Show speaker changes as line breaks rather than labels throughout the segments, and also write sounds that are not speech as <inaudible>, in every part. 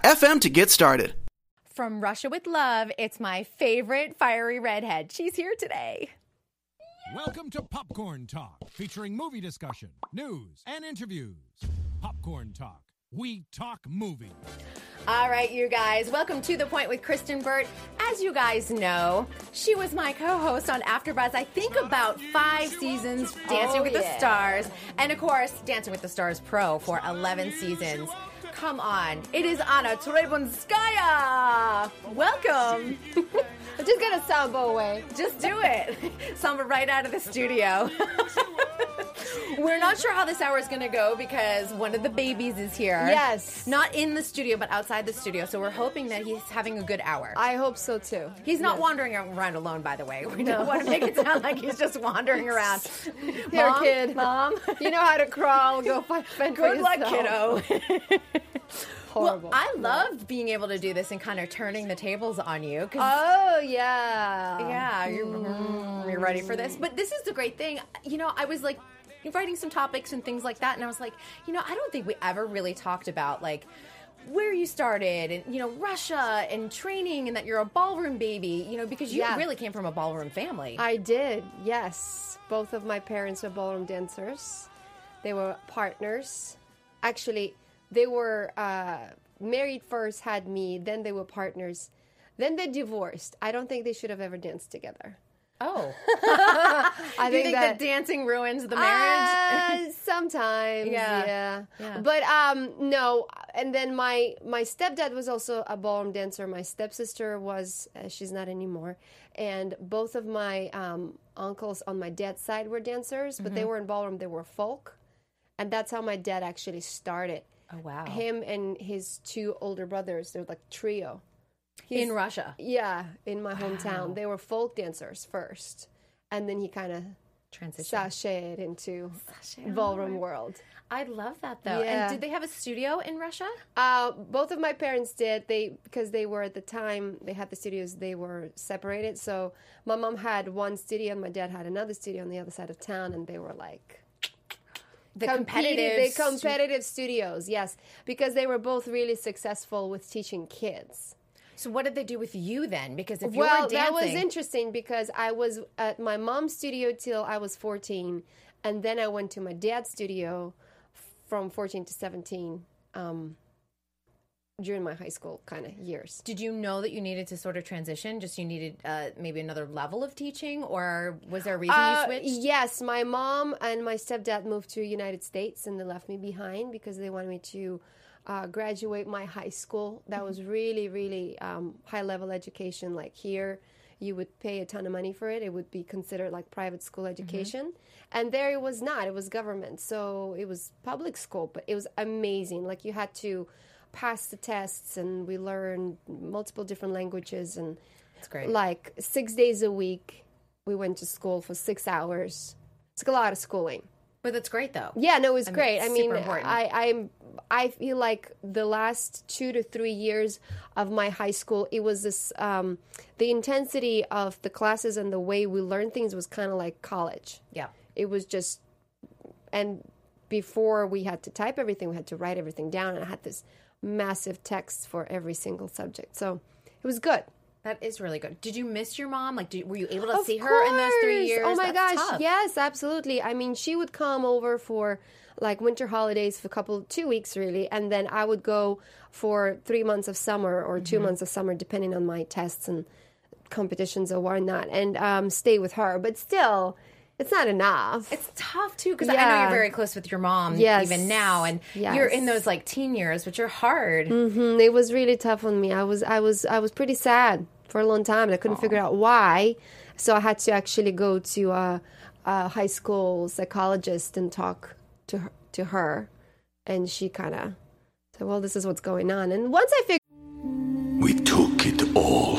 to get started.
From Russia with Love, it's my favorite fiery redhead. She's here today.
Welcome to Popcorn Talk, featuring movie discussion, news, and interviews. Popcorn Talk, we talk movies.
All right, you guys, welcome to The Point with Kristen Burt. As you guys know, she was my co host on AfterBuzz, I think about five seasons, Dancing with the Stars, and of course, Dancing with the Stars Pro for 11 seasons. Come on, it is Anna Trebunskaya! Welcome! I'm just gonna sambo away. Just do it. <laughs> Samba right out of the studio. <laughs> We're not sure how this hour is going to go because one of the babies is here.
Yes.
Not in the studio, but outside the studio. So we're hoping that he's having a good hour.
I hope so too.
he's not wandering around alone, by the way. We don't want to make it sound like he's just
<laughs>
wandering around.
Here,
Mom, <laughs>
kid.
Mom.
<laughs> you know how to crawl. Go find fend for
Good luck,
yourself.
kiddo. <laughs>
Horrible.
Well, I loved being able to do this and kind of turning the tables on you. 'cause
Oh yeah.
Yeah, you're, you're ready for this. But this is the great thing. You know, I was like writing some topics and things like that, and I was like, you know, I don't think we ever really talked about like where you started and you know Russia and training and that you're a ballroom baby. You know, because you
Yeah.
really came from a ballroom family.
I did. Yes. Both of my parents were ballroom dancers. They were partners. Actually, they were uh, married first, had me, then they were partners. Then they divorced. I don't think they should have ever danced together. <laughs>
oh,
I
you think that dancing ruins the marriage? <laughs>
Uh, sometimes,
Yeah.
yeah.
Yeah.
But um, no. And then my my stepdad was also a ballroom dancer. My stepsister was. Uh, she's not anymore. And both of my um, uncles on my dad's side were dancers, but
Mm-hmm.
they were in ballroom. They were folk, and that's how my dad actually started.
oh wow,
Him and his two older brothers. They're like trio.
in Russia.
Yeah, in my hometown, they were folk dancers first, and then he kind of
Transition.
sashayed into ballroom world.
I love that though.
Yeah.
And did they have a studio in Russia?
Uh, both of my parents did. They because they were at the time they had the studios. They were separated, so my mom had one studio and my dad had another studio on the other side of town, and they were like
The
competing-
competitive.
They competitive studios, yes, because they were both really successful with teaching kids.
so what did they do with you then? Because if you
well,
were dancing,
that was interesting because I was at my mom's studio till I was fourteen, and then I went to my dad's studio from fourteen to seventeen. Um, during my high school kind of years.
Did you know that you needed to sort of transition? Just you needed uh, maybe another level of teaching, or was there a reason
Uh,
you switched?
Yes, my mom and my stepdad moved to United States, and they left me behind because they wanted me to uh, graduate my high school. That was
Mm-hmm.
really, really um, high level education. Like here, you would pay a ton of money for it. It would be considered like private school
Mm-hmm.
education, and there it was not. It was government, so it was public school, but it was amazing. Like you had to pass the tests, and we learned multiple different languages and
That's great.
like six days a week we went to school for six hours it's a lot of schooling
but that's great though.
yeah no it was
I mean,
great
it's
i mean
super important.
i i'm I feel like the last two to three years of my high school, it was this um, the intensity of the classes and the way we learned things was kind of like college.
Yeah.
It was just, and before we had to type everything, we had to write everything down, and I had this massive text for every single subject. So it was good.
That is really good. Did you miss your mom? Like, did, were you able to see her in those three
course.
years?
Oh my
That's
gosh,
tough.
yes, absolutely. I mean, she would come over for like winter holidays for a couple two weeks really, and then I would go for three months of summer or
Mm-hmm.
2 months of summer, depending on my tests and competitions or whatnot, and um, stay with her. But still, it's not enough.
It's tough too because I know
Yeah.
you're very close with your mom
Yes.
even now, and you're
Yes.
in those like teen years, which are hard.
Mm, it was really tough on me. I was I was I was pretty sad for a long time, and I couldn't figure out why. So I had to actually go to a, a high school psychologist and talk to her, to her, and she kind of said, "Well, this is what's going on." And once I figured
We took it all.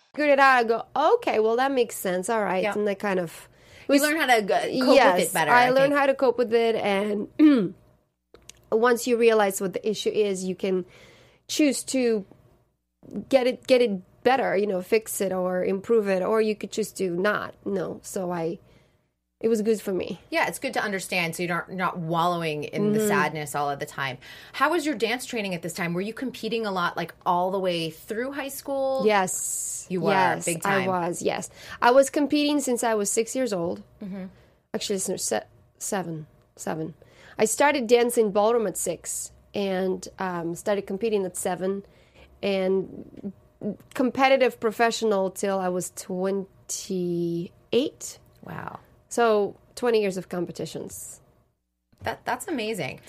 it out, I go, "Okay, well, that makes sense. All right."
Yeah.
And I kind of
You learn how to g- cope with it better.
I,
I,
learned
think.
how to cope with it, and <clears throat> once you realize what the issue is, you can choose to get it get it better, you know, fix it or improve it, or you could choose to not. No, so I, it was good for me.
Yeah, it's good to understand so you're not, you're not wallowing in
Mm.
the sadness all of the time. How was your dance training at this time? Were you competing a lot, like all the way through high <laughs> school?
Yes,
You were,
yes,
big time.
I was. Yes, I was competing since I was six years old.
Mm-hmm.
Actually, it's no, se- seven, seven. I started dancing ballroom at six and um, started competing at seven, and competitive professional till I was twenty eight.
Wow,
So twenty years of competitions.
that that's amazing.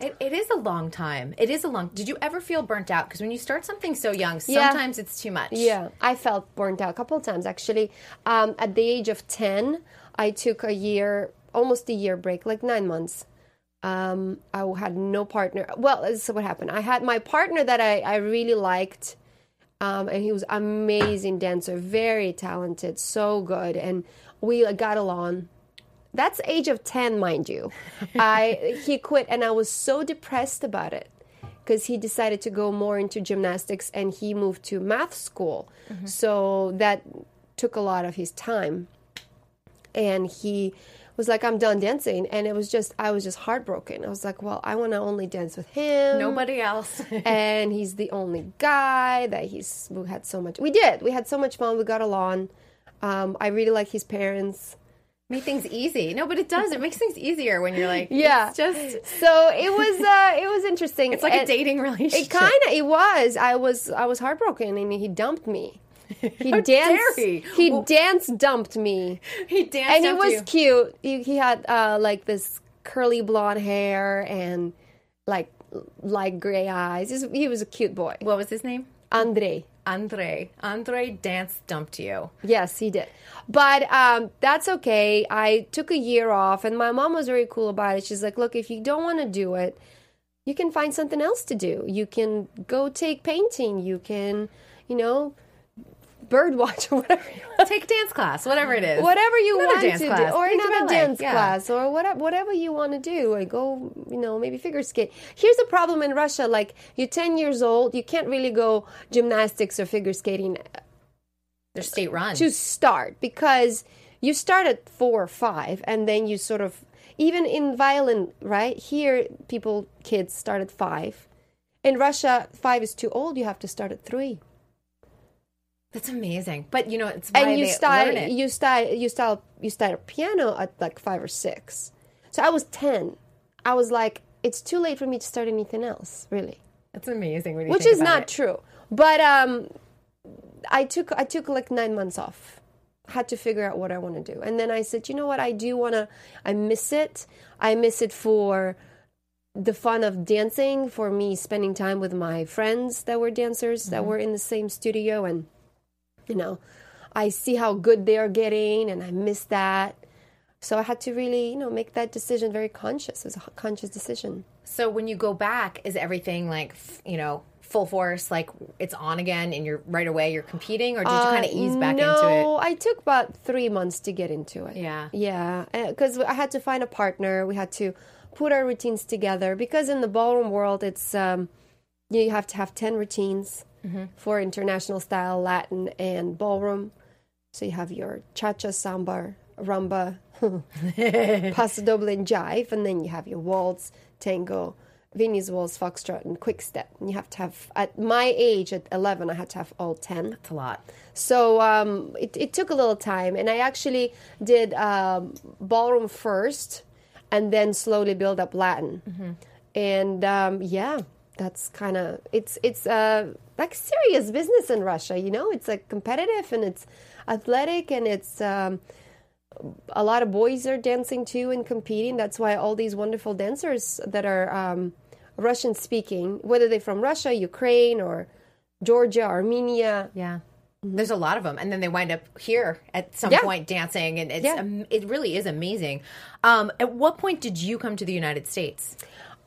It, it is a long time. It is a long. Did you ever feel burnt out? Because when you start something so young,
Yeah.
sometimes it's too much.
Yeah, I felt burnt out a couple of times actually. Um, at the age of 10, I took a year, almost a year break, like nine months. Um, I had no partner. Well, this is what happened. I had my partner that I, I really liked, um, and he was amazing dancer, very talented, so good, and we got along. That's age of 10,
<laughs>
mind you. I he quit and I was so depressed about it because he decided to go more into gymnastics and he moved to math school.
Mm-hmm.
So that took a lot of his time. And he was like, I'm done dancing. And it was just, I was just heartbroken. I was like, well, I want to only dance with him
Nobody else.
<laughs>
<laughs>
and he's the only guy that he's we had so much we did we had so much fun we got along um, i really like his parents
Make things easy. No, but it does. It makes things easier when you're like,
Yeah.
it's just
so it was uh it was interesting
it's like a
And
dating relationship.
it kind of it was i was i was heartbroken and he dumped me
<laughs>
he
How dare
danced
he?
he
Well-
dance dumped me
he danced
and he
up to
was
you.
cute he, he had uh like this curly blonde hair and like light gray eyes He's- he was a cute boy
What was his name?
andre
Andre. Andre dance dumped you.
Yes, he did. But um, that's okay. I took a year off, and my mom was very cool about it. She's like, look, if you don't want to do it, you can find something else to do. You can go take painting. You can, you know, bird watch <laughs> or whatever. you want.
Take dance class, whatever it is.
Whatever you
Another
want
dance
to
class.
do, or
Take
another
ballet.
dance
Yeah.
class, or whatever, whatever you want to do, or go, you know, maybe figure skate. Here's the problem in Russia: like you're 10 years old, you can't really go gymnastics or figure skating
They're state run.
to start because you start at four or five and then you sort of even in violin right here people kids start at five in russia five is too old you have to start at three
That's amazing. But you know, it's why
and you
they
start
learn it.
you start you start you start piano at like five or six so i was ten i was like it's too late for me to start anything else really
That's amazing. When you
which
think
is
about
not
it.
true but um i took i took like nine months off had to figure out what i want to do and then i said you know what i do want to i miss it i miss it for the fun of dancing for me spending time with my friends that were dancers that
Mm-hmm.
were in the same studio and you know i see how good they are getting and i miss that so i had to really you know make that decision very conscious it was a h- conscious decision
So when you go back, is everything like f- you know full force? Like it's on again, and you're right away. You're competing, or did you kind of ease back
Uh, no,
into
I took about three months to get into it.
Yeah.
Yeah. Because I had to find a partner. We had to put our routines together. Because in the ballroom world, it's um, you have to have 10 routines
Mm-hmm.
for international style, Latin, and ballroom. So you have your cha cha, samba, rumba, paso doble, and jive. And then you have your waltz, tango. Viennese waltz, foxtrot, and quick step. And you have to have, at my age, at 11, I had to have all 10.
it? It's a lot.
So um, it, it took a little time, and I actually did um, ballroom first, and then slowly build up Latin.
Mm-hmm.
And um, yeah, that's kind of it's it's uh, like serious business in Russia. You know, it's like competitive and it's athletic and it's. Um, a lot of boys are dancing too and competing. That's why all these wonderful dancers that are um, Russian speaking, whether they're from Russia, Ukraine, or Georgia, Armenia,
Yeah. There's a lot of them, and then they wind up here at some
Yeah.
point dancing, and it's
Yeah.
am- it really is amazing. Um, at what point did you come to the United States?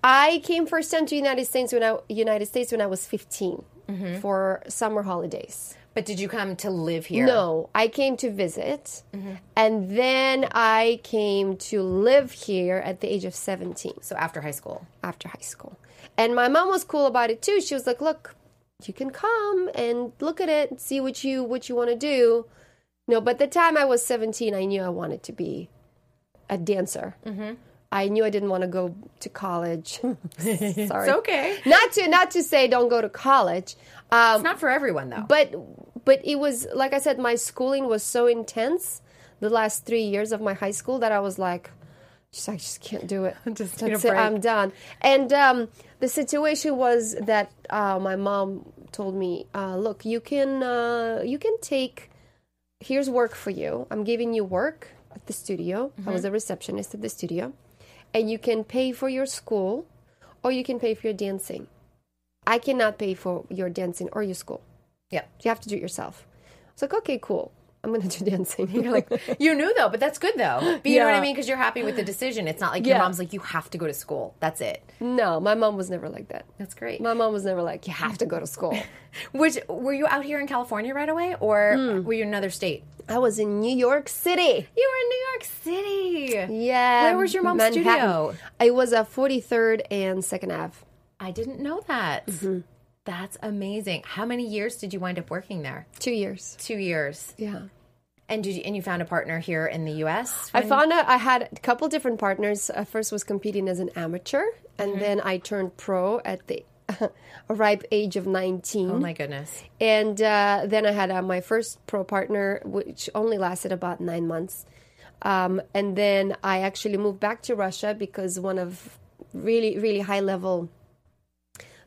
I came first time to United States when I United States when I was 15
Mm-hmm.
for summer holidays.
But did you come to live here?
No, I came to visit,
Mm-hmm.
and then I came to live here at the age of 17
So after high school,
after high school. And my mom was cool about it too. She was like, "Look, you can come and look at it, and see what you what you want to do." No, but the time I was 17, I knew I wanted to be a dancer. I knew I didn't want to go to college. <laughs> Sorry, it's
okay.
Not to not to say don't go to college, um,
it's not for everyone though.
but but it was like I said, my schooling was so intense the last three years of my high school that I was like, just I just can't do it.
<laughs> Just need a
That's it. I'm
break.
done. And um, the situation was that uh, my mom told me, uh, look, you can uh, you can take. Here's work for you. I'm giving you work at the studio. I
Mm-hmm.
was a receptionist at the studio, and you can pay for your school, or you can pay for your dancing. I cannot pay for your dancing or your school
yep.
you have to do it yourself. I was like, okay, cool. I'm gonna <laughs> do dancing.
You're like, you knew though, but that's good though. But you know what I
Yeah.
mean? Because you're happy with the decision. It's not like your
Yeah.
mom's like, you have to go to school. That's it.
no, my mom was never like that.
That's great.
My mom was never like, you have to go to school.
Which were you out here in California right away, or
Hmm.
were you in another state?
<laughs> I was in New York City.
You were in New York City.
Yeah,
Where was your mom's
Manhattan.
studio?
It was at 43rd and Second Ave.
I didn't know that.
Mm-hmm.
That's amazing. How many years did you wind up working there?
Two years.
Two years.
Yeah.
And did you, and you found a partner here in the U.S.
I
when-
found out I had a couple different partners. I first was competing as an amateur, and then I turned pro at the <laughs> ripe age of 19.
Oh my goodness.
And uh, then I had uh, my first pro partner, which only lasted about nine months. Um, and then I actually moved back to Russia because one of really, really high level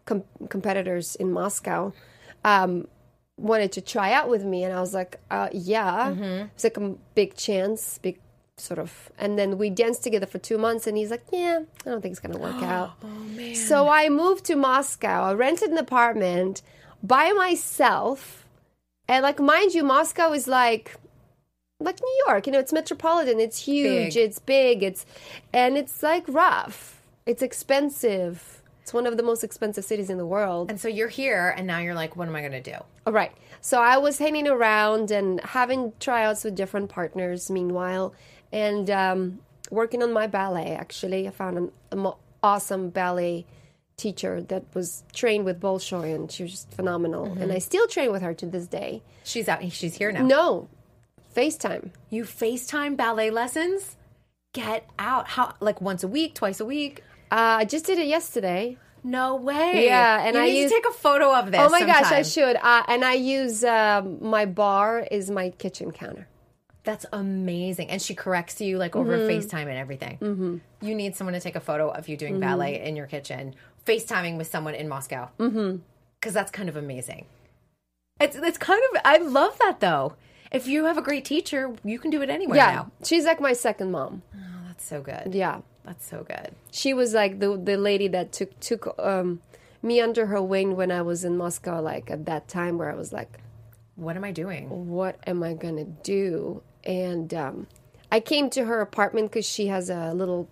com- competitors in Moscow um, wanted to try out with me. And I was like, uh, yeah. It's like a big chance, big sort of. And then we danced together for two months. And he's like, yeah, I don't think it's going to work out. So I moved to Moscow. I rented an apartment by myself. And like mind you, Moscow is like like New York, you know, it's metropolitan, it's huge,
Big.
it's big, it's and it's like rough. It's expensive. It's one of the most expensive cities in the world.
And so you're here, and now you're like, what am I going to do?
All right. So I was hanging around and having tryouts with different partners meanwhile and um, working on my ballet actually. I found an an awesome ballet teacher that was trained with Bolshoi and she was just phenomenal.
Mm-hmm.
And I still train with her to this day.
She's out. She's here now.
No. FaceTime.
You FaceTime ballet lessons? Get out. How like once a week, twice a week?
Uh, I just did it yesterday.
No way.
Yeah, and
you
I
need
use-
to take a photo of this.
Oh my gosh, I
sometime.
should. Uh, and I use um my bar is my kitchen counter.
That's amazing. And she corrects you like over FaceTime and everything. Mm-hmm. You need someone to take a photo of you
Mm-hmm.
doing ballet in your kitchen, FaceTiming with someone in Moscow. Mm-hmm. Because that's kind of amazing. It's it's kind of I love that though. If you have a great teacher, you can do it anywhere
Yeah,
now.
she's like my second mom.
That's so good.
Yeah,
That's so good.
she was like the the lady that took took um, me under her wing when I was in Moscow, like at that time where I was like,
What am I doing?
what am I gonna do? And um, I came to her apartment because she has a little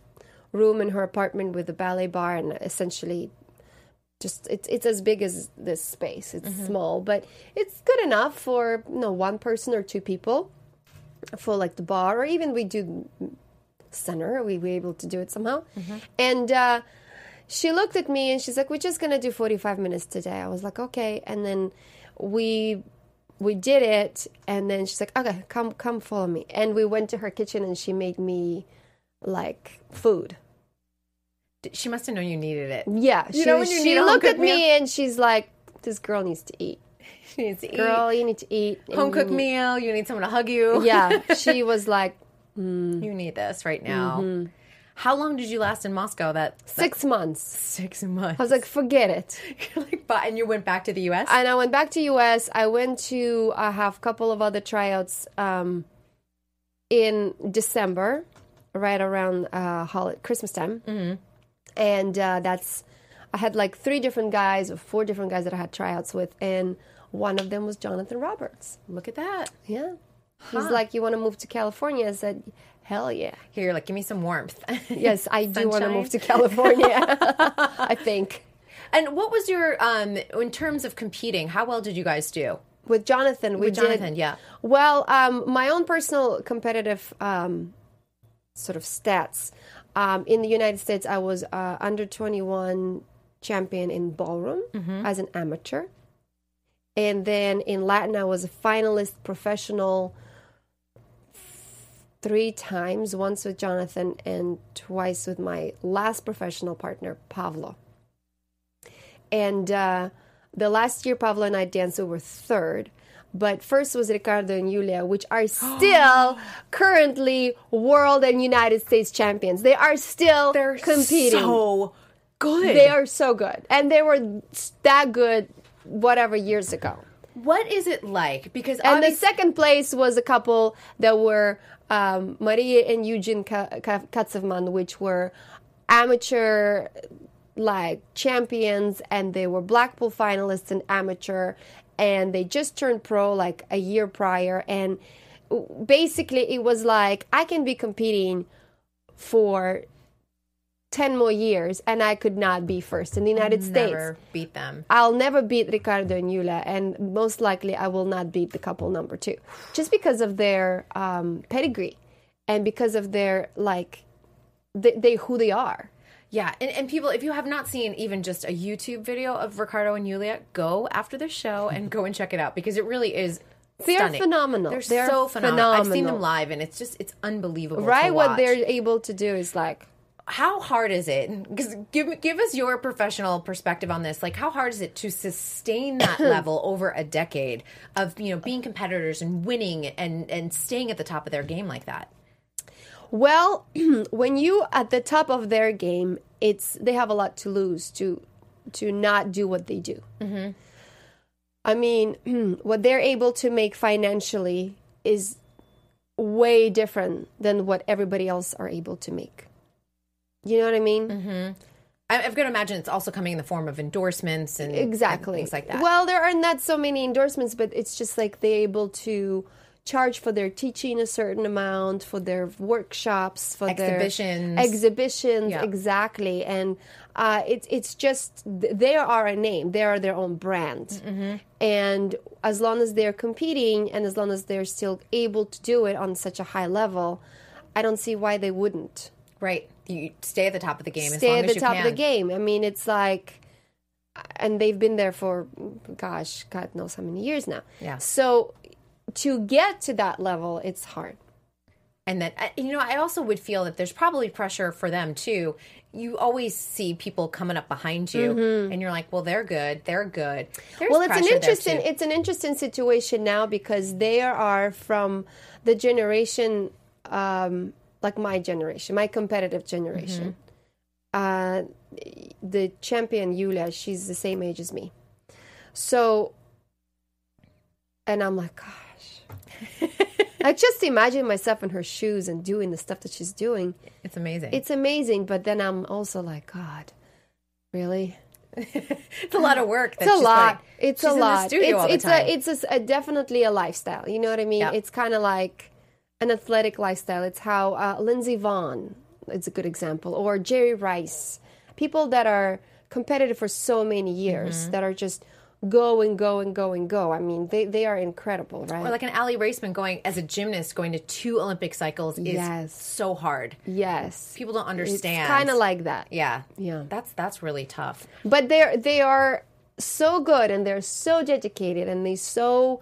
room in her apartment with a ballet bar, and essentially, just it's it's as big as this space. It's small, but it's good enough for you know one person or two people for like the bar, or even we do center. We were able to do it somehow, and. Uh, she looked at me and she's like, "We're just gonna do forty-five minutes today." I was like, "Okay," and then we we did it and then she's like okay come come follow me and we went to her kitchen and she made me like food
D- She must have known you needed it.
<laughs> yeah
You
she,
know when you
she
need a
looked
home-cooked
at me
meal?
and she's like this girl needs to eat
She needs to
girl you need to eat
eat.
and
Home
you
cooked
need-"
meal. You need someone to hug you. <laughs>
yeah she Mm-hmm. was like
you need this right now. How long did you last in Moscow? That
six months
six months.
i was like forget it
You're <laughs> like, but and you went back to the U.S.
and I went back to US. I went to uh, have a couple of other tryouts um, in December, right around uh, hol- Christmas time, mm-hmm. and uh, that's I had like three different guys or four different guys that I had tryouts with, and one of them was Jonathan Roberts.
Look at that.
Yeah, he's like, "You want to move to California?" I said, "Hell
<laughs>
yeah."
Here, you're like, give me some warmth. <laughs>
Yes, I do want to
Sunshine.
move to
<laughs>
California. <laughs> I think.
and what was your um in terms of competing? How well did you guys do?
with Jonathan. We
With Jonathan,
did,
yeah.
Well, um, my own personal competitive um, sort of stats um, in the United States, I was uh, under twenty one champion in ballroom
Mm-hmm.
as an amateur, and then in Latin, I was a finalist professional three times once with jonathan and twice with my last professional partner pavlo and uh, the last year Pavlo and I danced we were third. But first was Ricardo and Julia, which
<gasps>
are still currently world and United States champions. They are still competing.
So good.
they are so good, and they were that good whatever years ago.
What is it like? Because
And the
obvious-
second place was a couple that were um, Maria and Eugene Ka- Ka- Katzevman, which were amateur like champions, and they were Blackpool finalists and amateur, and they just turned pro like a year prior. And w- basically, it was like I can be competing for. 10 more years and I could not be first in the United States.
never beat them.
I'll never beat Ricardo and Yula, and most likely I will not beat the couple number two, just because of their um, pedigree and because of their like they, they who they are.
Yeah, and, and people, if you have not seen even just a YouTube video of Ricardo and Yulia, go after the show and go and check it out because it really is.
They're
stunning.
phenomenal.
They're,
They're
so phenomenal. I've seen them
phenomenal.
live, and it's just it's unbelievable.
right,
to
what
watch.
they're able to do is like
how hard is it? Because give give us your professional perspective on this. Like, how hard is it to sustain
<clears throat>
that level over a decade of you know being competitors and winning and and staying at the top of their game like that?
Well, <clears throat> when you at the top of their game, it's they have a lot to lose to to not do what they do. Mm-hmm. I mean, <clears throat> what they're able to make financially is way different than what everybody else are able to make. You know what I mean?
I, I've got to imagine it's also coming in the form of endorsements and
exactly
and things like that.
Well, there are not so many endorsements, but it's just like they're able to charge for their teaching a certain amount, for their workshops, for
Exhibitions.
their exhibitions,
Yeah.
exactly. And uh, it's it's just th- they are a name, they are their own brand,
Mm-hmm.
and as long as they're competing and as long as they're still able to do it on such a high level, I don't see why they wouldn't
Right. You stay at the top of the game as
stay
long
at
as
the
you
top
can.
of the game. I mean, it's like, and they've been there for, gosh, God knows how many years now.
Yeah.
So to get to that level, it's hard.
And then, I- you know, I also would feel that there's probably pressure for them too. You always see people coming up behind you, and you're like, well, they're good. They're good. There's
Mm-hmm. well, it's an
pressure there,
interesting
too.
it's an interesting situation now because they are from the generation, um, like my generation, my competitive generation.
Mm-hmm.
Uh, the champion Yulia, she's the same age as me.
<laughs>
So, and I'm like, gosh, I just imagine myself in her shoes and doing the stuff that she's doing.
It's amazing.
It's amazing, but then I'm also like, God, really?
It's a lot of work. that
It's a
she's
lot.
putting-
it's
she's
a
in
lot.
The studio
it's
all the
it's
time.
a it's a s- a definitely a lifestyle. You know what I mean?
Yeah.
It's kind of like an athletic lifestyle. It's how uh, Lindsey Vaughn is a good example, or Jerry Rice, people that are competitive for so many years
Mm-hmm.
that are just go and go and go and go. I mean, they they are incredible, right?
or like an Allie Raceman going as a gymnast going to two Olympic cycles is
Yes.
so hard.
yes,
People don't understand.
It's kind of like that.
yeah,
Yeah.
That's that's really tough.
but they're they are so good and they're so dedicated and they're so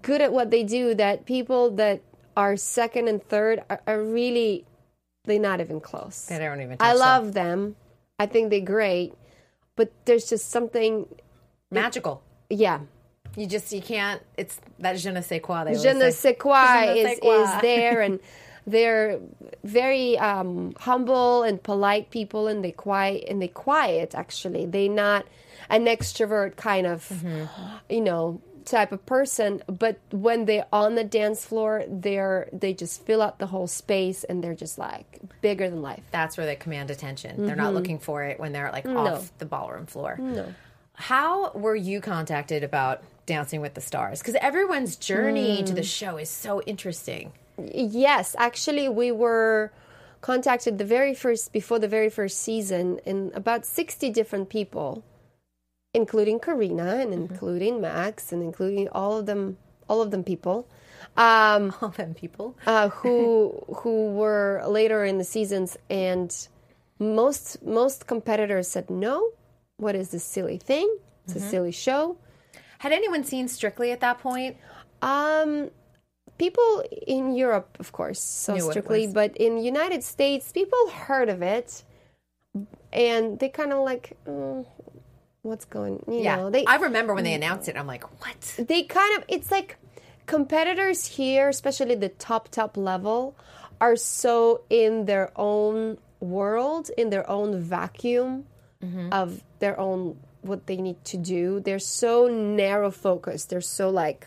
good at what they do that people that are second and third are, are really they're not even close
They don't even. Touch
i
them.
love them i think they're great but there's just something
magical.
yeah
You just you can't. It's that je ne sais quoi. They always
je
say.
ne sais quoi
Je ne sais
is,
quoi.
is there
<laughs>
and they're very um, humble and polite people and they quiet and they quiet actually they not an extrovert kind of
Mm-hmm.
you know type of person but when they're on the dance floor they're they just fill up the whole space and they're just like bigger than life
That's where they command attention. They're
Mm-hmm.
not looking for it when they're like off the ballroom floor. No. How were you contacted about Dancing with the Stars? Because everyone's journey to
Hmm.
the show is so interesting. <laughs>
Yes, actually, we were contacted the very first before the very first season in about 60 different people, including Karina and including Max and including all of them, all of them people um,
All them people.
uh, who who were later in the seasons, and most most competitors said no. What is this silly thing? It's a silly show.
Had anyone seen Strictly at that point?
Um, people in Europe, of course, so
Knew what it
strictly,
was.
but in United States, people heard of it, and they kind of like, mm, what's going? You
yeah.
know, they Mm.
I remember when they announced it. I'm like, what?
they kind of it's like competitors here, especially the top top level, are so in their own world, in their own vacuum
Mm-hmm.
of their own what they need to do. They're so narrow focused. They're so like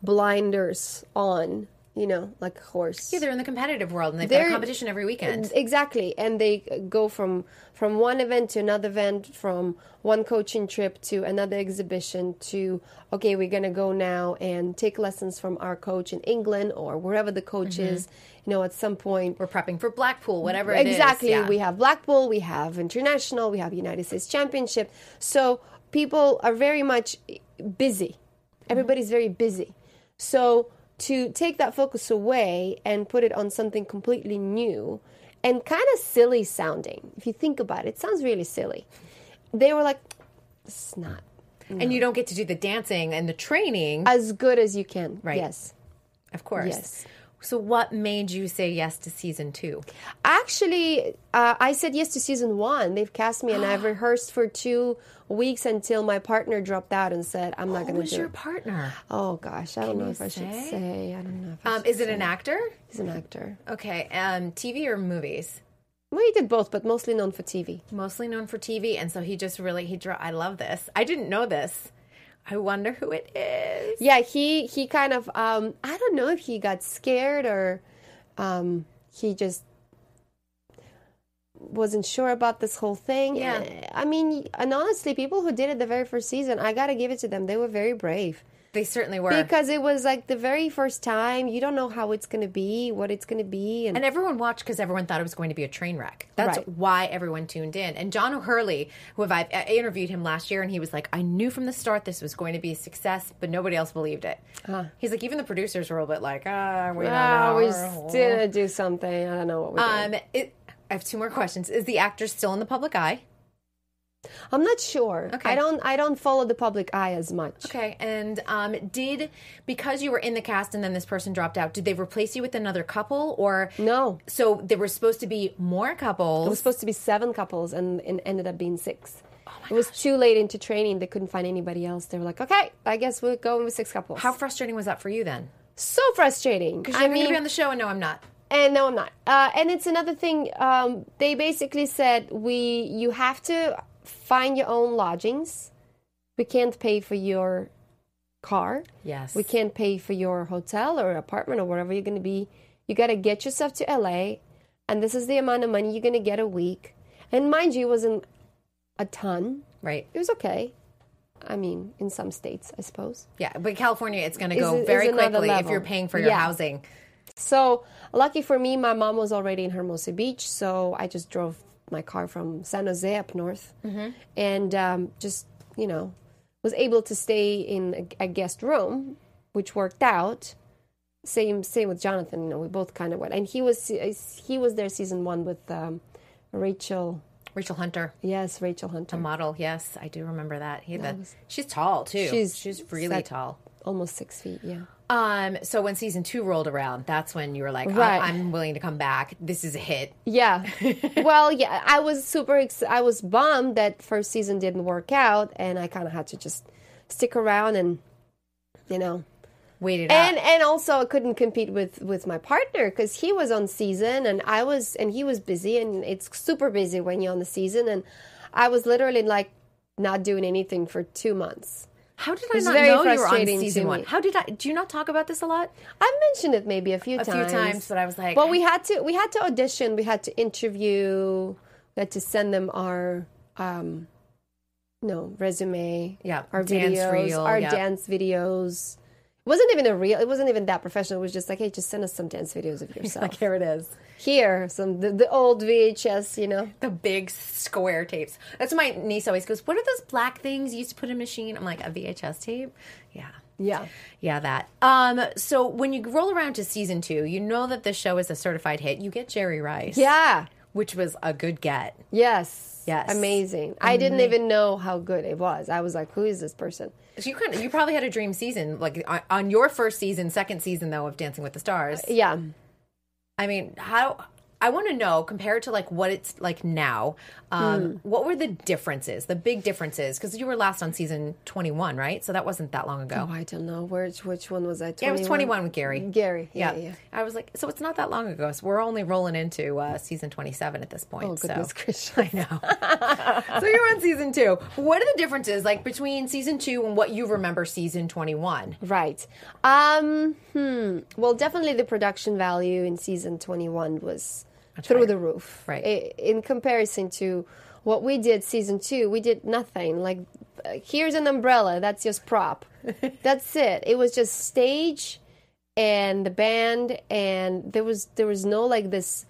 blinders on, you know, like a horse.
Yeah, they're in the competitive world and they've got
They're- Mm.
a competition every weekend.
Exactly, and they go from from one event to another event, from one coaching trip to another exhibition to okay, we're gonna go now and take lessons from our coach in England or wherever the coach is. You know, at some point,
Mm-hmm. We're prepping for Blackpool, whatever it is.
exactly,
Yeah.
we have Blackpool, we have international, we have United States Championship. So people are very much busy. Everybody's very busy. So to take that focus away and put it on something completely new and kind of silly sounding, if you think about it, it sounds really silly. They were like, it's not
And you don't get to do the dancing and the training,
as good as you can.
Right.
Yes.
of course.
yes.
So, what made you say yes to season two?
Actually, uh, I said yes to season one. They've cast me, and
<gasps>
I've rehearsed for two weeks until my partner dropped out and said, "I'm not
Who
going to
was
do
your
it."
partner?
Oh gosh, I don't know
you
if I should
say?
say. I don't know. If I
Um,
should
is it
say.
an actor?
He's an actor.
Okay. Um, TV or movies?
Well, he did both, but mostly known for TV.
Mostly known for TV, and so he just really he draw. I love this. I didn't know this. I wonder who it is.
Yeah, he he kind of um, I don't know if he got scared or um, he just wasn't sure about this whole thing. Eh,
Yeah.
I mean, and honestly, people who did it the very first season, I gotta give it to them. They were very brave.
They certainly were.
because it was like the very first time you don't know how it's going to be what it's going to be and,
and everyone watched because everyone thought it was going to be a train wreck. That's
Right.
why everyone tuned in. And John O'Hurley, who I've I interviewed him last year, and he was like, "I knew from the start this was going to be a success, but nobody else believed it." He's like, even the producers were a little bit like, "Ah, we
Ah,
don't
we
know."
just didn't do something i don't know what we did
um, it, I have two more questions. Is the actor still in the public eye?
i'm not sure
okay.
i don't i don't follow the public eye as much
Okay, and um, did because you were in the cast and then this person dropped out, did they replace you with another couple or
no
So there were supposed to be more
it was
couples.
supposed to be seven couples and it ended up being six it was too late into training they couldn't find anybody else they were like okay i guess we're going with six couples
How frustrating was that for you then?
so frustrating
Because you're going to be on the show, and no, I'm not.
And no, I'm not. Uh, and it's another thing. Um, they basically said we you have to find your own lodgings. We can't pay for your car.
Yes.
We can't pay for your hotel or apartment or wherever you're going to be. You got to get yourself to LA, and this is the amount of money you're going to get a week. And mind you, it wasn't a ton.
Right.
It was okay. I mean, in some states, I suppose.
Yeah, but California, it's going to
Is-
go
is
very
another
quickly if
level.
you're paying for your
Yeah.
housing.
So lucky for me, my mom was already in Hermosa Beach, so I just drove my car from San Jose up north, and um, just you know was able to stay in a, a guest room, which worked out. Same same with Jonathan. You know, we both kind of went, and he was he was there season one with um, Rachel.
Rachel Hunter,
Yes, Rachel Hunter.
a model. Yes, I do remember that. He, the, she's tall too. She's
She's
she's really
set-
tall.
Almost six feet. Yeah.
Um, so when season two rolled around, that's when you were like,
Right.
I- I'm willing to come back. This is a hit.
Yeah. well, yeah, I was super ex- I was bummed that first season didn't work out and I kind of had to just stick around and you know.
Waited out.
And and also I couldn't compete with with my partner cuz he was on season and I was and he was busy and it's super busy when you're on the season and I was literally like not doing anything for 2 months.
How did
It
I
was
not
very
know you were on
frustrating to
season one?
me.
How did I? Do you not talk about this a lot?
I mentioned it maybe a few
A few
times.
times, but I was like-
but we had to we had to audition, we had to interview, we had to send them our um, no resume,
Yeah,
our
dance
videos,
reel,
our
yeah.
dance videos. It wasn't even a real. It wasn't even that professional. It was just like, hey, just send us some dance videos of
<laughs>
yourself.
Like here it is,
Here, some the, the old VHS, you know.
the big square tapes. That's what my niece always goes. What are those black things you used to put in a machine? I'm like a VHS tape. Yeah,
Yeah,
yeah, that. Um, so when you roll around to season two, you know that the show is a certified hit. You get Jerry Rice,
yeah,
which was a good get.
yes,
Yes.
amazing. I didn't even know how good it was. I was like, who is this person?
So you kind of, you probably had a dream season, like on- on your first season, second season though of Dancing with the Stars.
Yeah.
I mean, how I want to know compared to like what it's like now. Um,
Hmm.
What were the differences? The big differences because you were last on season twenty one, right? So that wasn't that long ago.
Oh, I don't know which which one was I. 21?
yeah, it was twenty one with Gary.
Mm, Gary.
Yeah.
Yeah, yeah.
I was like, so it's not that long ago. So we're only rolling into uh, season twenty seven at this point.
Oh
<laughs>
goodness,
so.
Christian.
I know. so you're on season two. What are the differences like between season two and what you remember season twenty one?
Right. Um, hmm. Well, definitely the production value in season 21 was through the roof.
Right.
I- in comparison to what we did season two, we did nothing. Like, uh, here's an umbrella. That's just
<laughs>
prop. that's it. It was just stage and the band, and there was there was no like this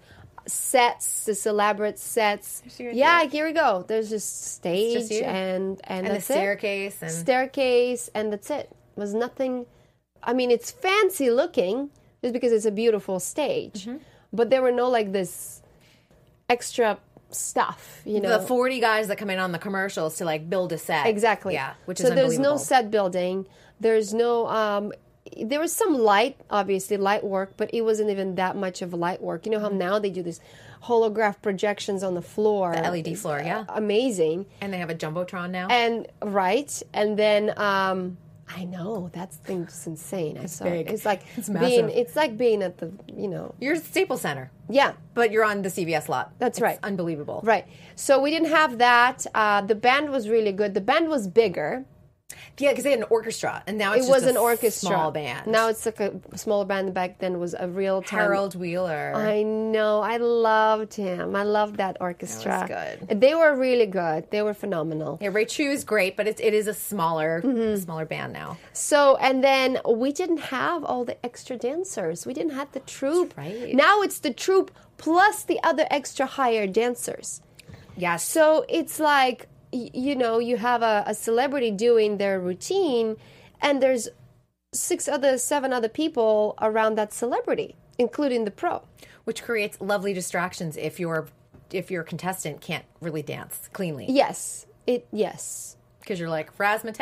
sets, this elaborate sets. Yeah, here we go. There's just stage
just you.
and
And
and,
the
that's it.
staircase and-
staircase, and that's it. Was nothing. I mean, it's fancy looking just because it's a beautiful stage,
Mm-hmm.
but there were no like this extra stuff, you know.
The forty guys that come in on the commercials to like build a set.
exactly.
Yeah, which
so
is
there's no
unbelievable.
set building. There's no. Um, there was some light, obviously light work, but it wasn't even that much of light work. You know
Mm-hmm.
how now they do this holograph projections on the floor, the
LED E floor, yeah.
amazing.
And they have a jumbotron now.
And right, and then um, I know that thing's just insane. I saw
big.
it. It's like
It's
being.
massive.
It's like being at the you know.
you're at Staples Center,
Yeah,
but you're on the CVS lot.
That's
It's
right.
Unbelievable.
right. So we didn't have that. Uh, the band was really good. The band was bigger.
Yeah, because they had an orchestra, and now it's
it
just
was
a
an orchestra.
small band.
Now it's like a smaller band. Back then was a real time.
Harold Wheeler.
I know. I loved him. I loved that orchestra.
good.
They were really good. They were phenomenal.
yeah, Ray Chu is great, but it's it is a smaller
Mm-hmm.
a smaller band now.
So, and then we didn't have all the extra dancers. We didn't have the troupe.
right.
Now it's the troupe plus the other extra hired dancers.
Yeah, so
So it's like, y- you know, you have a, a celebrity doing their routine, and there's six other, seven other people around that celebrity, including the pro.
which creates lovely distractions if your if your contestant can't really dance cleanly
Yes. It, yes.
because you're like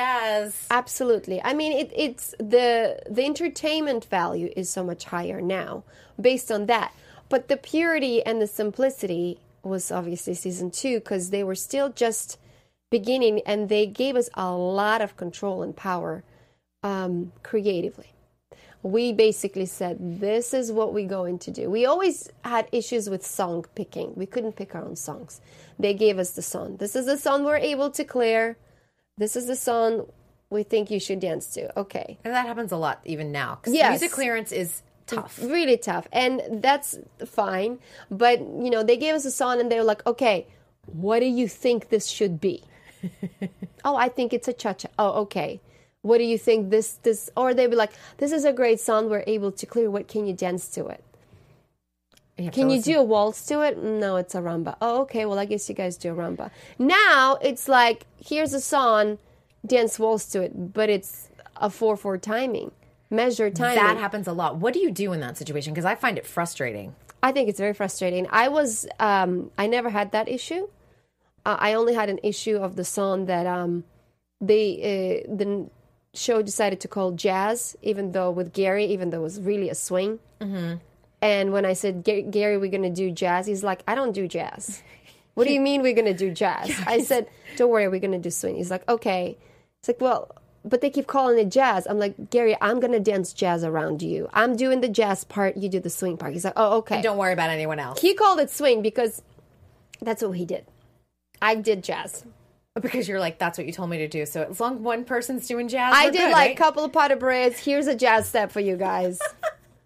razzmatazz.
Absolutely. I mean, it, it's the the entertainment value is so much higher now based on that, but the purity and the simplicity was obviously season two because they were still just beginning and they gave us a lot of control and power um, creatively. We basically said this is what we're going to do. We always had issues with song picking. We couldn't pick our own songs. They gave us the song. This is the song we're able to clear this is the song we think you should dance to. Okay.
And that happens a lot even now. 'cause
Yes.
Music clearance is tough.
Really tough. And that's fine. But, you know, they gave us a song and they were like, okay, what do you think this
<laughs>
should be? oh, I think it's a cha cha. Oh, okay. What do you think this, this, or they'd be like, this is a great song. We're able to clear. What can you dance to it?
have
Can
to
you
listen.
do a waltz to it? No, it's a rumba. Oh, okay. Well, I guess you guys do a rumba. Now it's like, here's a song, dance waltz to it, but it's a 4 4 timing, measure timing.
That happens a lot. What do you do in that situation? Because I find it frustrating.
I think it's very frustrating. I was, um, I never had that issue. Uh, I only had an issue of the song that um, they, uh, the show decided to call jazz, even though with Gary, even though it was really a swing. Mm-hmm. And when I said, "Ga- Gary, we're going to do jazz, he's like, I don't do jazz. what do you mean we're going to do jazz? I said, don't worry, we're going to do swing. He's like, okay. It's like, well, but they keep calling it jazz. I'm like, Gary, I'm going to dance jazz around you. I'm doing the jazz part, you do the swing part. He's like, oh, okay.
Don't worry about anyone else.
He called it swing because that's what he did. I did jazz.
Because you're like, that's what you told me to do. So as long as one person's doing jazz,
I
we're
did
good,
like a
right?
couple of pot of breads. Here's a jazz step for you
<laughs>
guys.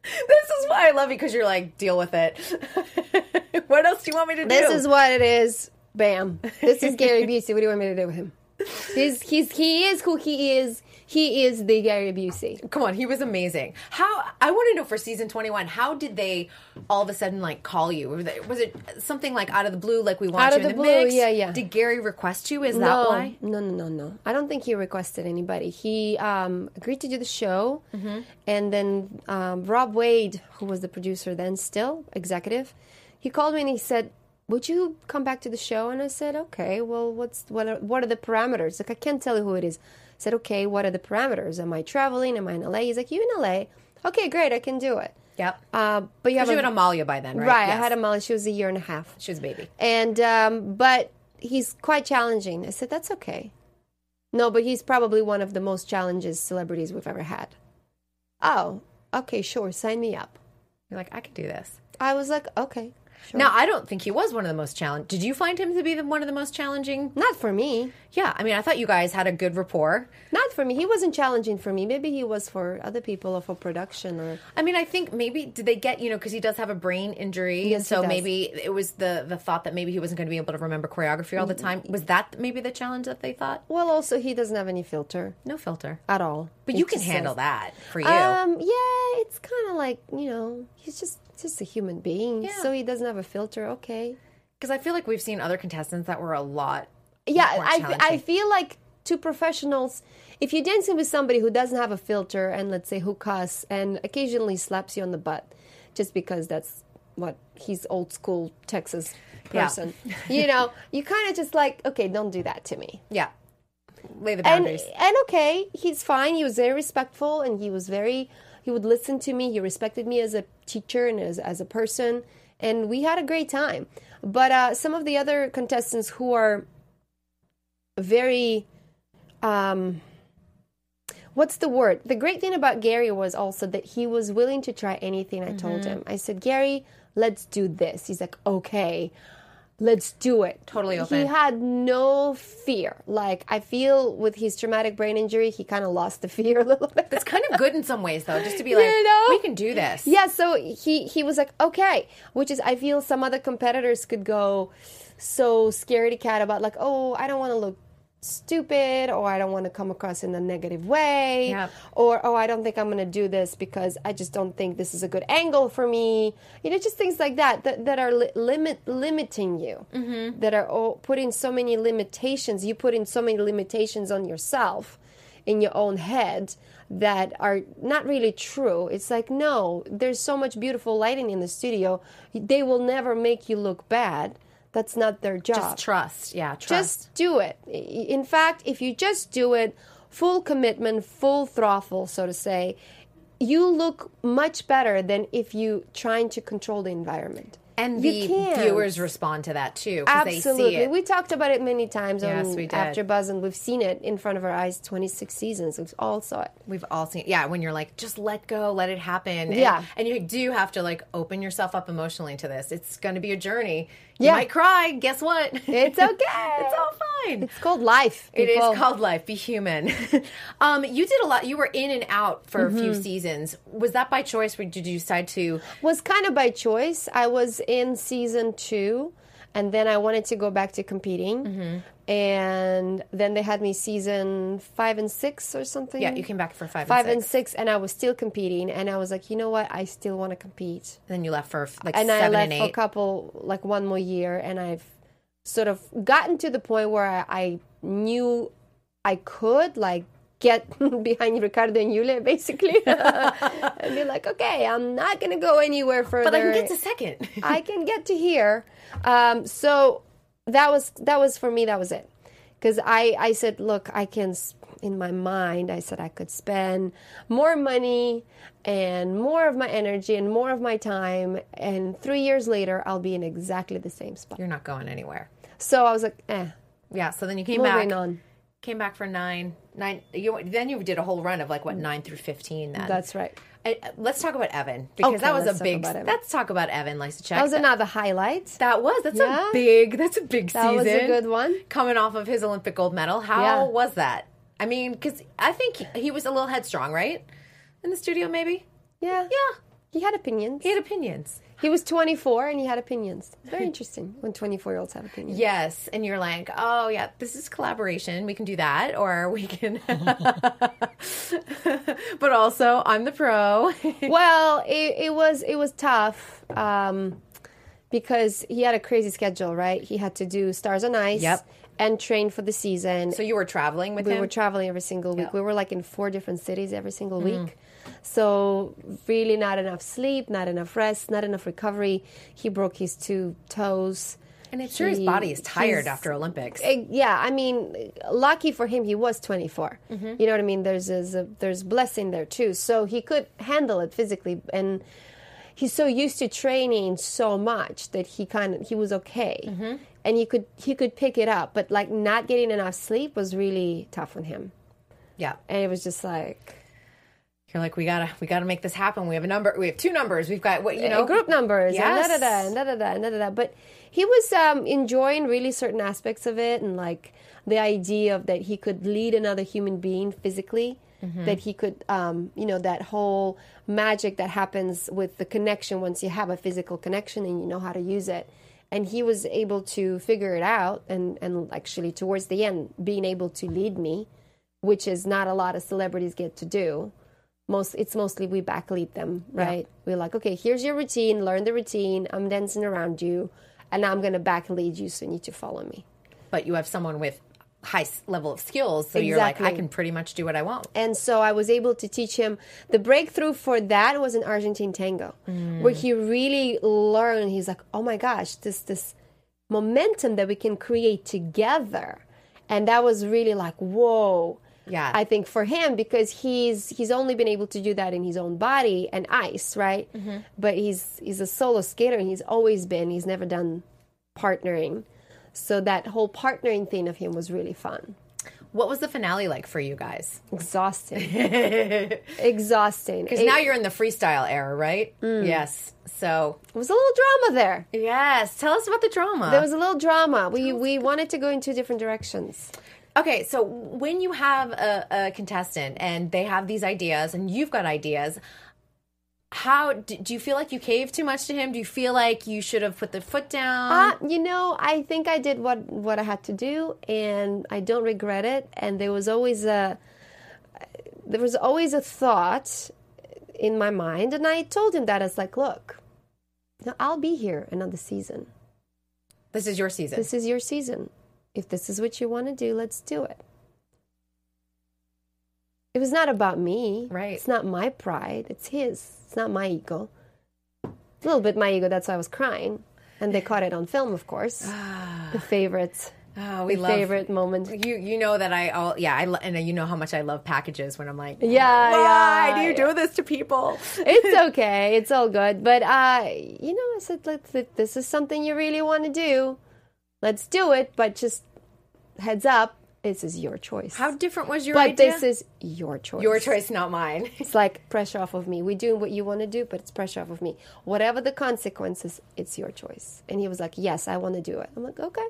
This is why I love you because you're like, deal with it. <laughs> what else do you want me to do?
this is what it is. Bam. This is
<laughs>
Gary Busey. What do you want me to do with him? He's, he's he is who he is. He is the Gary Busey.
Come on, he was amazing. How I want to know for season 21, how did they all of a sudden like call you? Were they- Was it something like out of the blue, like we want
Out
you
of
in
the
the,
blue,
mix?
yeah, yeah.
Did Gary request you? Is
no,
that why?
no, no, no, no. I don't think he requested anybody. He um, agreed to do the show,
Mm-hmm.
and then um, Rob Wade, who was the producer then, still executive, he called me and he said, "Would you come back to the show?" And I said, "Okay. Well, what's what are what are the parameters? Like, I can't tell you who it is." I said, "Okay, what are the parameters? Am I traveling? Am I in LA?" He's like, "You in LA? Okay, great. I can do it."
Yep.
Uh, but you have
Because you
a-
had Amalia by then, right?
Right,
Yes.
I had Amalia. She was a year and a half
She was a baby.
and um, but he's quite challenging. I said that's okay. No, but he's probably one of the most challenges celebrities we've ever had. Oh, okay, sure, sign me up.
You're like, I could do this.
I was like, okay, sure.
Now, I don't think he was one of the most challenging. Did you find him to be the, one of the most challenging?
not for me,
Yeah, I mean, I thought you guys had a good rapport.
not for me. He wasn't challenging for me. Maybe he was for other people or for production or
I mean, I think maybe did they get you know because he does have a brain injury,
Yes,
and so
he does.
maybe it was the the thought that maybe he wasn't going to be able to remember choreography all the
Mm-hmm.
time. Was that maybe the challenge that they thought?
well, also he doesn't have any filter
No filter,
at all.
but
He
you can
just
handle
says-
that for you.
Uh, Um, yeah, it's kind of like you know, he's just just a human being,
Yeah.
so he doesn't have a filter. Okay,
Because I feel like we've seen other contestants that were a lot.
yeah
more
I, I
challenging.
feel like to professionals if you're dancing with somebody who doesn't have a filter and let's say who cuss and occasionally slaps you on the butt just because that's what he's old school texas
Yeah.
person you know you kind of just like okay don't do that to me
Yeah, lay the
and
boundaries.
and okay he's fine he was very respectful and he was very he would listen to me he respected me as a teacher and as, as a person and we had a great time but uh, some of the other contestants who are very um what's the word the great thing about gary was also that he was willing to try anything i told
Mm-hmm.
him i said gary let's do this he's like okay let's do it
Totally
he
open.
had no fear like i feel with his traumatic brain injury he kind of lost the fear a little bit
That's kind of good in some ways, though, just to be
You
like,
know?
we can do this.
yeah so he he was like okay which is i feel some other competitors could go so scaredy cat about like oh i don't want to look stupid or i don't want to come across in a negative way
Yep.
or oh i don't think i'm going to do this because i just don't think this is a good angle for me you know just things like that that, that are li- limit limiting you that are all putting so many limitations you put in so many limitations on yourself in your own head that are not really true it's like no there's so much beautiful lighting in the studio they will never make you look bad that's not their job
just trust. Yeah, trust.
just do it. I- In fact, if you just do it, full commitment, full throttle, so to say, you look much better than if you trying to control the environment.
And
You
the
can't.
viewers respond to that too. 'cause They
Absolutely.
see it.
We talked about it many times
Yes,
on
we did.
After Buzz, and we've seen it in front of our eyes 26 seasons. We all saw it.
We've all seen, yeah. When you're like, just let go, let it happen. And-
Yeah.
and you do have to like open yourself up emotionally to this. It's going to be a journey. You
Yeah.
might cry. Guess what? <laughs>
It's okay.
it's all fine.
It's called life.
It is
people.
called life. Be human. <laughs> um, you did a lot. You were in and out for a
Mm-hmm.
few seasons. Was that by choice? Or did you decide to?
was kind of by choice. I was in season two, and then I wanted to go back to competing.
Mm-hmm.
And then they had me season five and six or something.
Yeah, you came back for five and
Five and
six.
six, and I was still competing. And I was like, you know what? I still want to compete.
Then you left for like
and
seven
I left
and
for a
eight.
couple, like one more year, and I've sort of gotten to the point where I, I knew I could like get <laughs> behind Ricardo and Yule basically, <laughs> and be like, okay, I'm not gonna go anywhere further.
but I can get to second. <laughs>
I can get to here. Um, so that was that was for me. That was it. Because I I said, look, I can. s- In my mind, I said I could spend more money and more of my energy and more of my time. And three years later, I'll be in exactly the same spot.
You're not going anywhere.
So I was like, eh,
Yeah. So then you came
moving
back.
on.
Came back for nine. Nine. You then you did a whole run of like what nine through fifteen. Then
Mm. That's right.
I, let's talk about Evan because
Okay,
that was
let's
a
talk
big.
about Evan.
Let's talk about Evan Lysacek.
That was another highlight.
That was that's
Yeah.
a big that's a big
That
season.
was a good one.
Coming off of his Olympic gold medal, how
Yeah.
was that? I mean, because I think he, he was a little headstrong, right? In the studio, maybe.
Yeah,
Yeah,
He had opinions.
he had opinions.
He was 24 and he had opinions.
<laughs>
Very interesting when 24 year olds have opinions.
Yes, and you're like, oh yeah, this is collaboration. We can do that, or we can. <laughs> but also, I'm the pro. <laughs>
<laughs> well, it, it was it was tough um, because he had a crazy schedule, right? He had to do Stars on Ice
Yep.
and train for the season.
so you were traveling with
we
him.
were traveling every single week.
Yeah. Mm-hmm.
We were like in four different cities every single week. So really, not enough sleep, not enough rest, not enough recovery. He broke his two toes.
and I'm sure his
He-
body is tired
he's-
after Olympics.
Eh, yeah, I mean, lucky for him, he was 24. You know what I mean? There's there's a there's blessing there too, so he could handle it physically, and he's so used to training so much that he kind of he was okay, and he could he could pick it up. But like not getting enough sleep was really tough on him,
yeah,
and it was just like
you're like, we gotta, we gotta make this happen. We have a number. We have two numbers. We've got what you
and
know,
group numbers
Yes.
and da da da and da da da and da da da. But he was um, enjoying really certain aspects of it and like the idea of that he could lead another human being physically.
Mm-hmm.
That he could, um, you know, that whole magic that happens with the connection once you have a physical connection and you know how to use it. And he was able to figure it out and, and actually, towards the end, being able to lead me, which is not a lot of celebrities get to do most it's mostly we backlead them, right? We're like, okay, here's your routine, learn the routine. I'm dancing around you, and I'm gonna backlead you, so you need to follow me.
but you have someone with high s- level of skills so you're like i
Exactly.
can pretty much do what i want
And so I was able to teach him. The breakthrough for that was an Argentine tango, where he really learned. He's like, oh my gosh, this this momentum that we can create together, and that was really like, whoa.
Yeah.
I think for him because he's he's only been able to do that in his own body and ice, right? But he's he's a solo skater and he's always been. He's never done partnering, so that whole partnering thing of him was really fun.
what was the finale like for you guys
Exhausting, exhausting.
because
It- Mm.
now you're in the freestyle era right yes so
There was a little drama there.
yes tell us about the drama
There was a little drama. We we wanted to go in two different directions.
okay so when you have a, a contestant and they have these ideas and you've got ideas how do, do you feel like you caved too much to him do you feel like you should have put the foot down
Uh, you know, I think I did what what I had to do, and I don't regret it. And there was always a there was always a thought in my mind, and I told him that I was like, look, no, I'll be here another season.
this is your season
This is your season. If this is what you want to do, let's do it. It was not about me.
Right.
It's not my pride. It's his. It's not my ego.
<sighs>
A little bit my ego. That's why I was crying. And they caught it on film, of course. the favorites.
Oh, we
My
love
favorite moment.
<laughs> You you know that I all yeah I lo- and you know how much I love packages when I'm like
Yeah,
why
yeah,
do you
yeah.
do this to people?
it's okay. It's all good. But uh, you know, I said, let's, if this is something you really want to do, let's do it. But just heads up, this is your choice.
How different was your
but
idea?
this is your choice.
your choice, not mine. <laughs>
It's like pressure off of me. We're doing what you want to do, but it's pressure off of me. Whatever the consequences, it's your choice. And he was like, yes, I want to do it. I'm like, okay.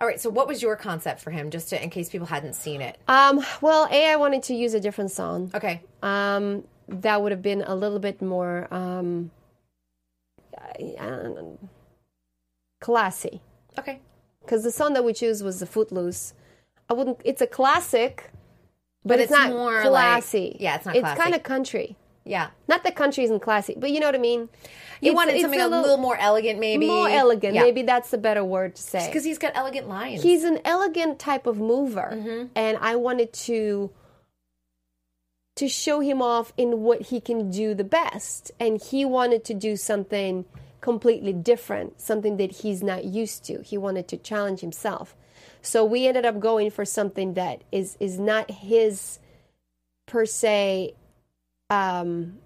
All right, so what was your concept for him, just to, in case people hadn't seen it?
Um, well, A, I wanted to use a different song.
Okay,
um, that would have been a little bit more um, I- I don't know, classy
okay,
because the song that we choose was the Footloose. I wouldn't. It's a classic, but,
But
it's,
it's
not
more like-
classy.
yeah, it's not
It's
classy.
kind of country.
yeah.
Not that country isn't classy, but you know what I mean.
You
It's-
wanted
it's
something a little, more elegant, maybe
more elegant.
Yeah.
Maybe that's the better word to say.
because he's got elegant lines.
He's an elegant type of mover,
Mm-hmm.
and I wanted to to show him off in what he can do the best, and he wanted to do something completely different, something that he's not used to. He wanted to challenge himself. So we ended up going for something that is is not his per se um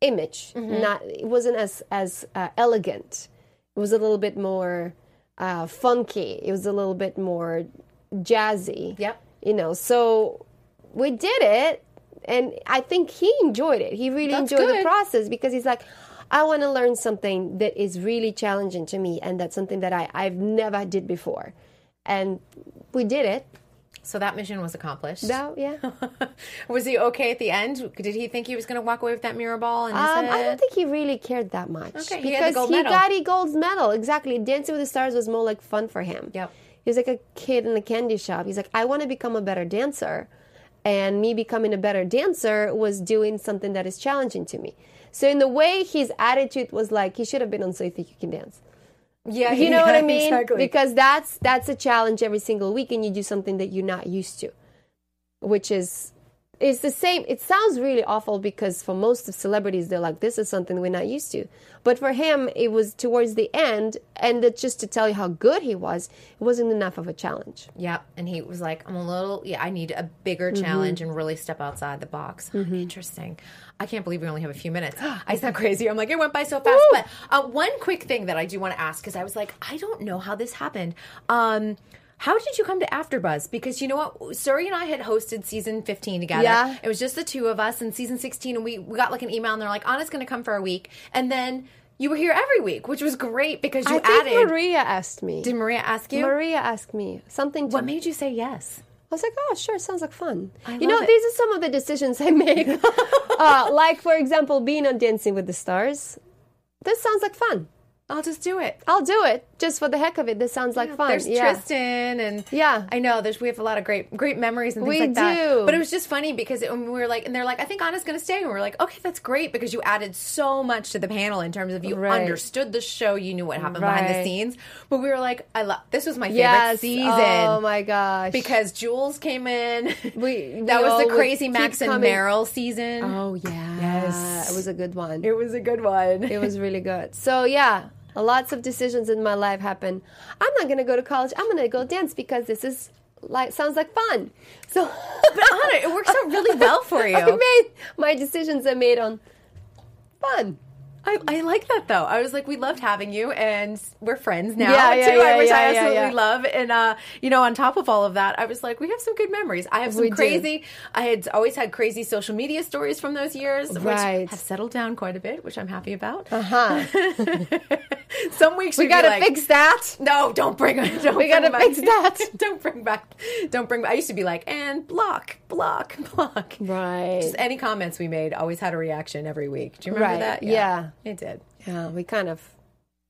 image
Mm-hmm.
not it wasn't as as uh, elegant it was a little bit more uh, funky. It was a little bit more jazzy.
Yep.
You know, so we did it, and I think he enjoyed it. He really
That's
enjoyed the
good.
process because he's like, I want to learn something that is really challenging to me, and that's something that I I've never did before, and we did it.
so that mission was accomplished.
That yeah.
<laughs>
um,
was he okay at the end? Did he think he was going to walk away with that mirror ball? And
Um, I don't think he really cared that much
Okay,
because
he had the gold
he
medal.
got a gold medal. Exactly, Dancing with the Stars was more like fun for him.
Yep.
He was like a kid in a candy shop. He's like, I want to become a better dancer. And me becoming a better dancer was doing something that is challenging to me. So, in the way, his attitude was like, he should have been on So You Think You Can Dance.
yeah,
You know
yeah,
what I mean?
Exactly.
Because that's that's a challenge every single week, and you do something that you're not used to, which is it's the same. It sounds really awful because for most of celebrities, they're like, "This is something we're not used to," but for him, it was towards the end, and that just to tell you how good he was, it wasn't enough of a challenge.
Yep. And he was like, I'm a little, yeah, I need a bigger
Mm-hmm.
challenge and really step outside the box. Oh, Interesting. I can't believe we only have a few
<gasps>
minutes. I sound crazy. I'm like, it went by so fast. But uh, one quick thing that I do want to ask, because I was like, I don't know how this happened. Um, how did you come to AfterBuzz? Because you know what, Suri and I had hosted season 15 together.
Yeah.
It was just the two of us in season 16, and we, we got like an email, and they're like, Anna's going to come for a week. And then you were here every week, which was great because you
I think
added.
Maria asked me.
did Maria ask you?
Maria asked me something. To
what made you say yes?
I was like, oh, sure, sounds like fun.
I
you know,
love it.
these are some of the decisions
<laughs>
I make. uh, like, for example, being on Dancing with the Stars. This sounds like fun.
I'll just do it.
I'll do it just for the heck of it. This sounds like fun.
Oh, There's
yeah.
Tristan and
Yeah.
I know. There's we have a lot of great great memories and things
We
like that.
do.
But it was just funny because it, when we were like, and they're like, I think Anna's going to stay, and we are like, okay, that's great because you added so much to the panel in terms of you
Right.
understood the show, you knew what happened behind the
Right.
scenes. But we were like, I love this was my favorite
Yes.
season.
Oh my gosh.
Because Jules came in.
We-
<laughs> that
we all
was the
would
crazy
keep
Max and
coming.
Meryl season.
Oh yeah. Yes. It was a good one.
It was a good one.
It was really good. So yeah, lots of decisions in my life happen. I'm not gonna go to college. I'm gonna go dance because this is like sounds like fun. So
<laughs> But Anna, it works out really well for you.
<laughs> I made my decisions are made on fun.
I, I like that though. I was like, we loved having you, and we're friends now
Yeah, yeah,
too. I
yeah,
which I
yeah, yeah,
absolutely
yeah.
love. And uh, you know, on top of all of that, I was like, we have some good memories. I have some
We do.
crazy. I had always had crazy social media stories from those years,
Right.
which have settled down quite a bit, which I'm happy about. <laughs>
Uh-huh.
some weeks
we
you'd be
gotta
like,
fix that.
No, don't bring. <laughs> Don't
We
bring
gotta
back- <laughs>
fix that.
don't bring back. Don't bring. back. I used to be like, and block, block, <laughs> block.
Right.
Just any comments we made always had a reaction every week. Do you remember
Right,
that?
yeah.
it did.
Yeah, we kind of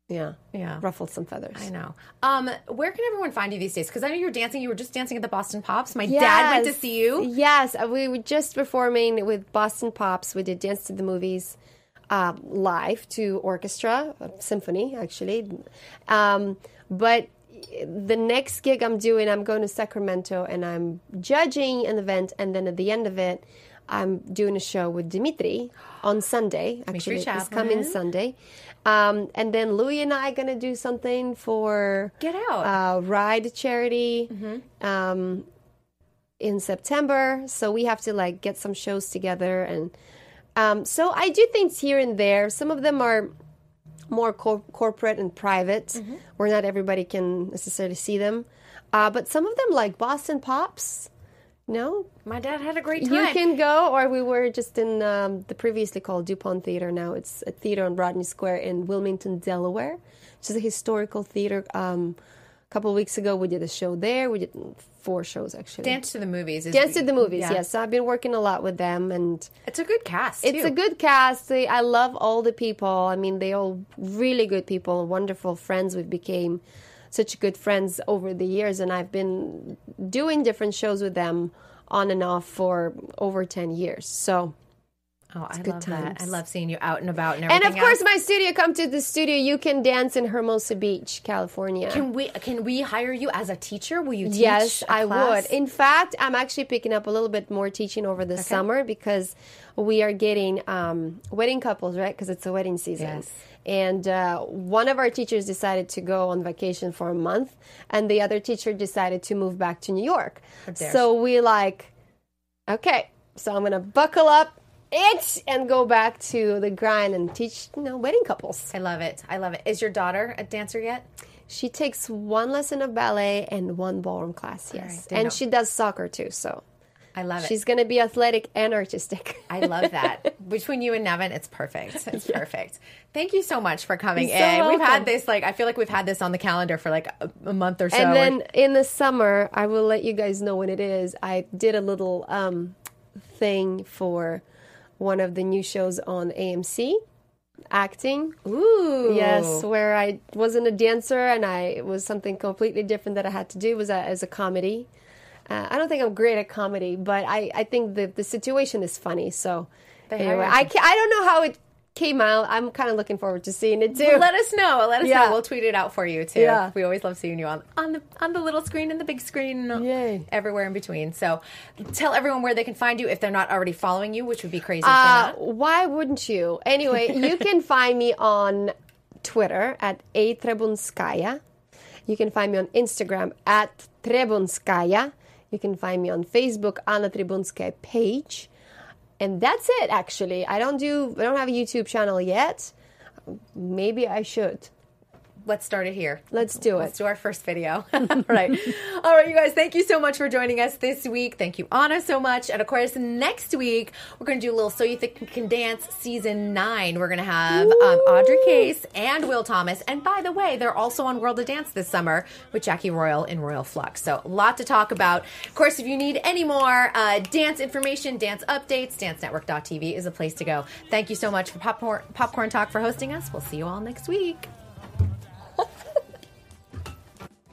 yeah
Yeah.
ruffled some feathers.
I know. Um, where can everyone find you these days? Because I know you're dancing. You were just dancing at the Boston Pops. My dad went to
Yes.
see you.
Yes, uh, we were just performing with Boston Pops. We did Dance to the Movies uh, live to orchestra, uh, symphony, actually. Um, but the next gig I'm doing, I'm going to Sacramento and I'm judging an event. And then at the end of it, I'm doing a show with Dimitri on Sunday. Actually, it's
Chapman.
coming Sunday. Um, and then Louie and I are gonna do something for
Get out. Mm-hmm.
uh, Ride charity um, in September. So we have to like get some shows together, and um, so I do things here and there. Some of them are more cor- corporate and private,
Mm-hmm.
where not everybody can necessarily see them. Uh, but some of them, like Boston Pops, no,
My dad had a great time.
you can go. Or we were just in um, the previously called Dupont Theater. Now it's a theater on Rodney Square in Wilmington, Delaware, which is a historical theater. Um, a couple of weeks ago, we did a show there. We did four shows actually.
Dance to the movies. Is
Dance to the movies,
Yeah.
yes. So I've been working a lot with them, and
It's a good cast.
it's
too.
a good cast. They- I love all the people. I mean, they all really good people, wonderful friends. We became such good friends over the years, and I've been doing different shows with them on and off for over ten years. So,
Oh, I
good
love that. I
times.
love seeing you out and about and
and
everything.
of course,
else.
my studio. Come to the studio. You can dance in Hermosa Beach, California.
can we can we hire you as a teacher? Will you teach?
Yes,
I
I would. In fact, I'm actually picking up a little bit more teaching over the summer because we are getting um, wedding couples, right? Because it's a wedding season.
Yes.
And uh, one of our teachers decided to go on vacation for a month, and the other teacher decided to move back to New York.
dare
So we like, okay, so I'm gonna buckle up, it, and go back to the grind and teach, you know, wedding couples.
I love it. I love it. Is your daughter a dancer yet?
She takes one lesson of ballet and one ballroom class, yes.
They
and
know-
she does soccer too, so
I love it.
she's going to be athletic and artistic.
<laughs> I love
<laughs>
that. Between you and Nevin, it's perfect. It's perfect. Thank you so much for coming
You're so
in. We've
welcome.
had this like I feel like we've had this on the calendar for like a, a month or so.
and then in the summer, I will let you guys know when it is. I did a little um, thing for one of the new shows on AMC, acting.
ooh,
Yes, where I wasn't a dancer and I it was something completely different that I had to do was a, as a comedy. Uh, I don't think I'm great at comedy, but I, I think the the situation is funny. So anyway,
hired
I ca I don't know how it came out. I'm kind of looking forward to seeing it too.
Let us know. Let us
Yeah.
know. We'll tweet it out for you too.
Yeah.
We always love seeing you on, on the on the little screen and the big screen, and
Yay.
everywhere in between. So, tell everyone where they can find you if they're not already following you, which would be crazy. if they're
Uh,
not.
why wouldn't you? Anyway, you can find me on Twitter at A Trebunskaya. You can find me on Instagram at Trebunskaya. You can find me on Facebook, Anna Trebunskaya page. And that's it, actually. I don't do, I don't have a YouTube channel yet. Maybe I should.
Let's start it here.
Let's do it.
Let's do our first video. <laughs> All right. All right, you guys, thank you so much for joining us this week. Thank you, Anna, so much. And of course, next week, we're going to do a little So You Think You Can Dance season nine. We're going to have um, Audrey Case and Will Thomas. And by the way, they're also on World of Dance this summer with Jackie Royal in Royal Flux. So, a lot to talk about. Of course, if you need any more uh, dance information, dance updates, dancenetwork.tv is a place to go. Thank you so much for Popcorn, Popcorn Talk for hosting us. We'll see you all next week.